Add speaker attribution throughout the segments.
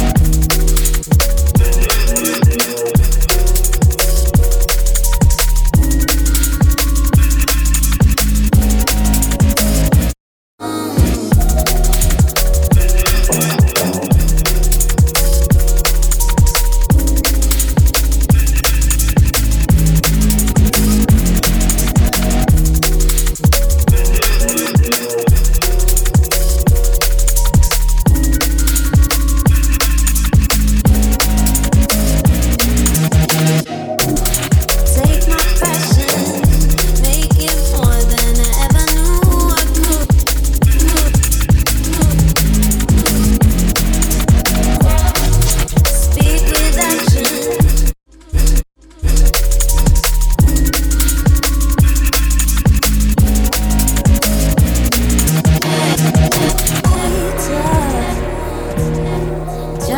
Speaker 1: oh,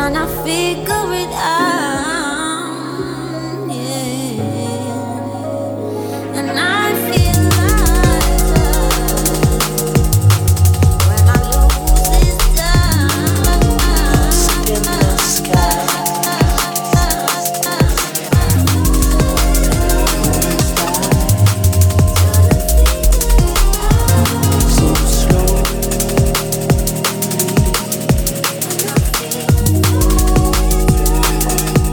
Speaker 1: Oh, figure it out. Yeah. And I feel lighter when I lose this doubt. In the sky.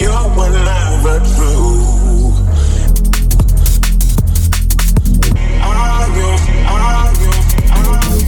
Speaker 2: You're one lover true. Are you, are you, are you, are you?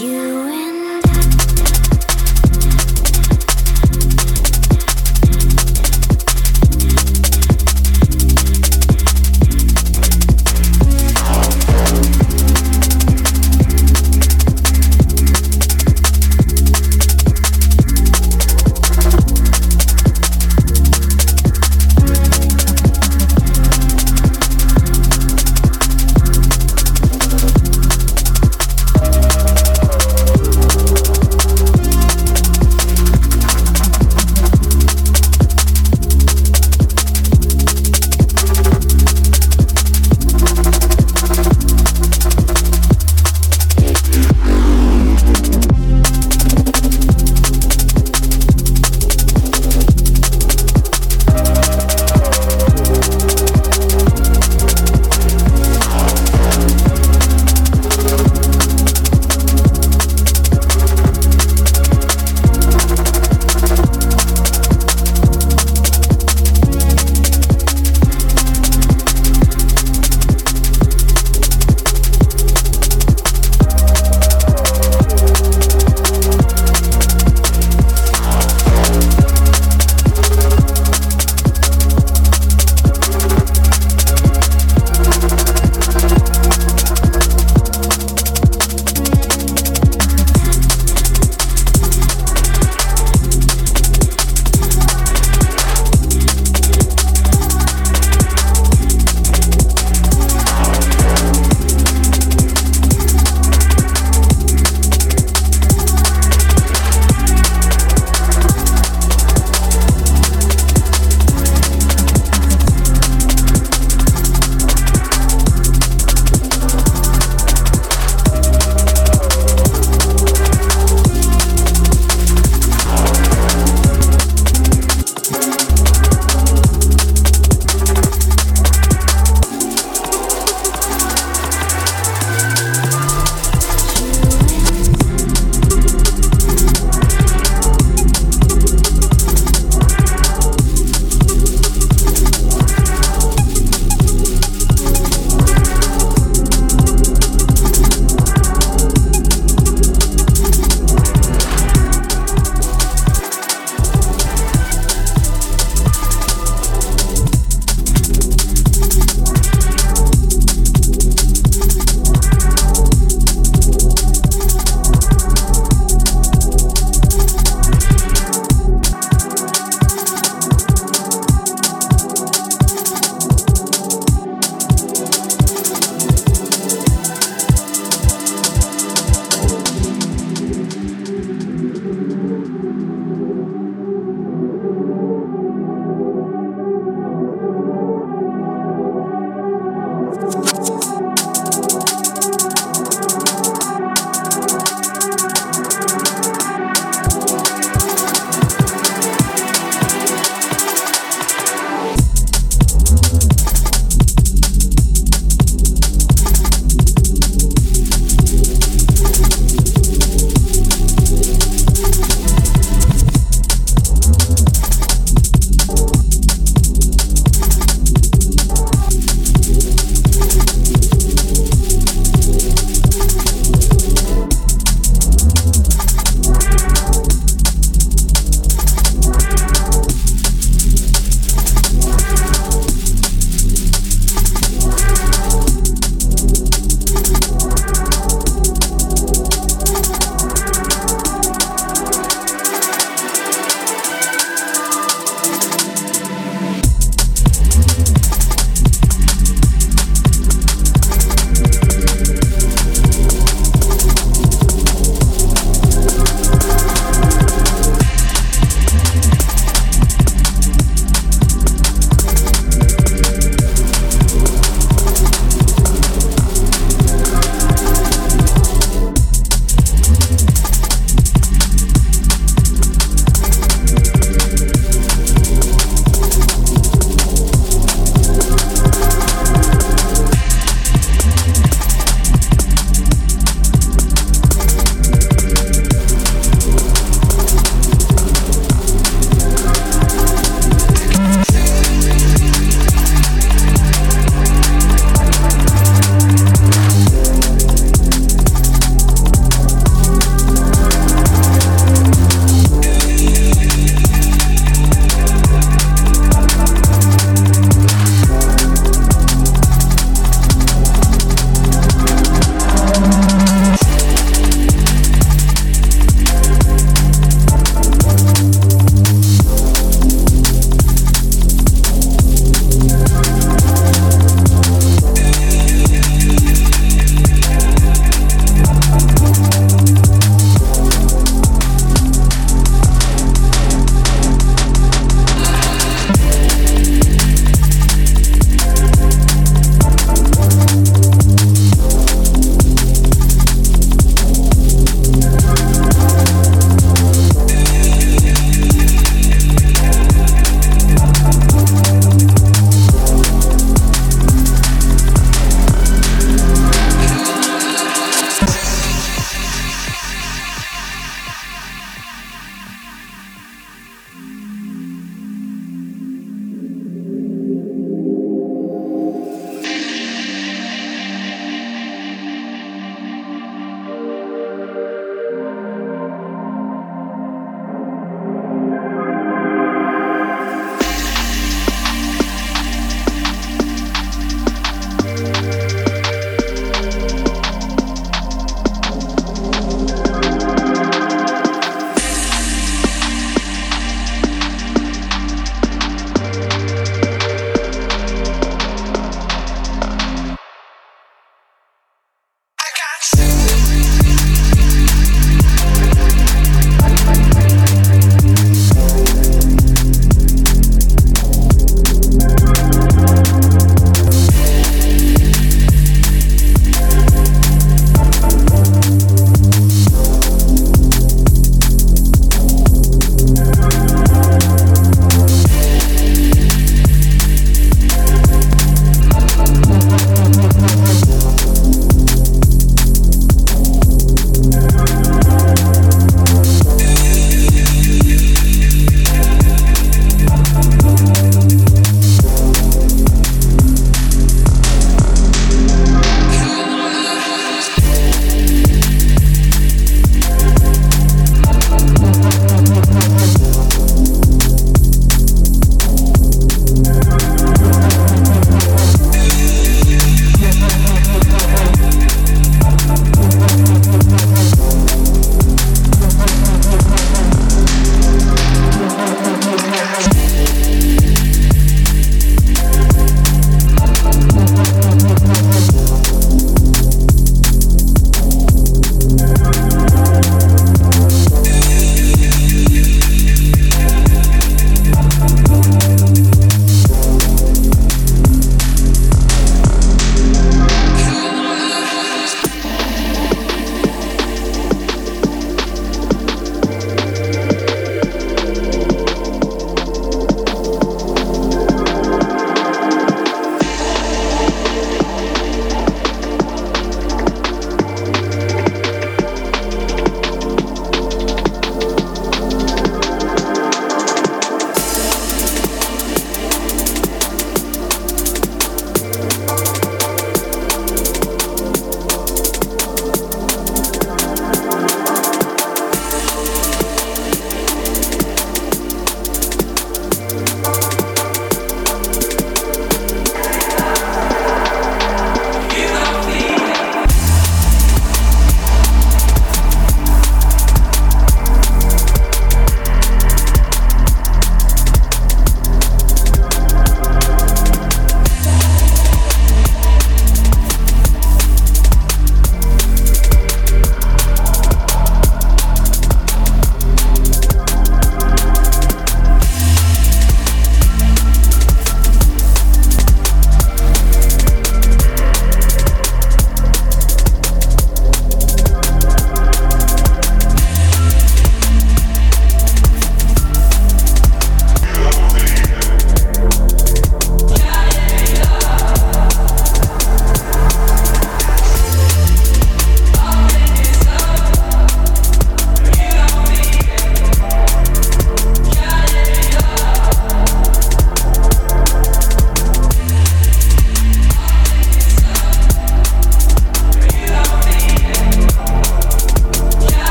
Speaker 1: You and I.
Speaker 2: Thank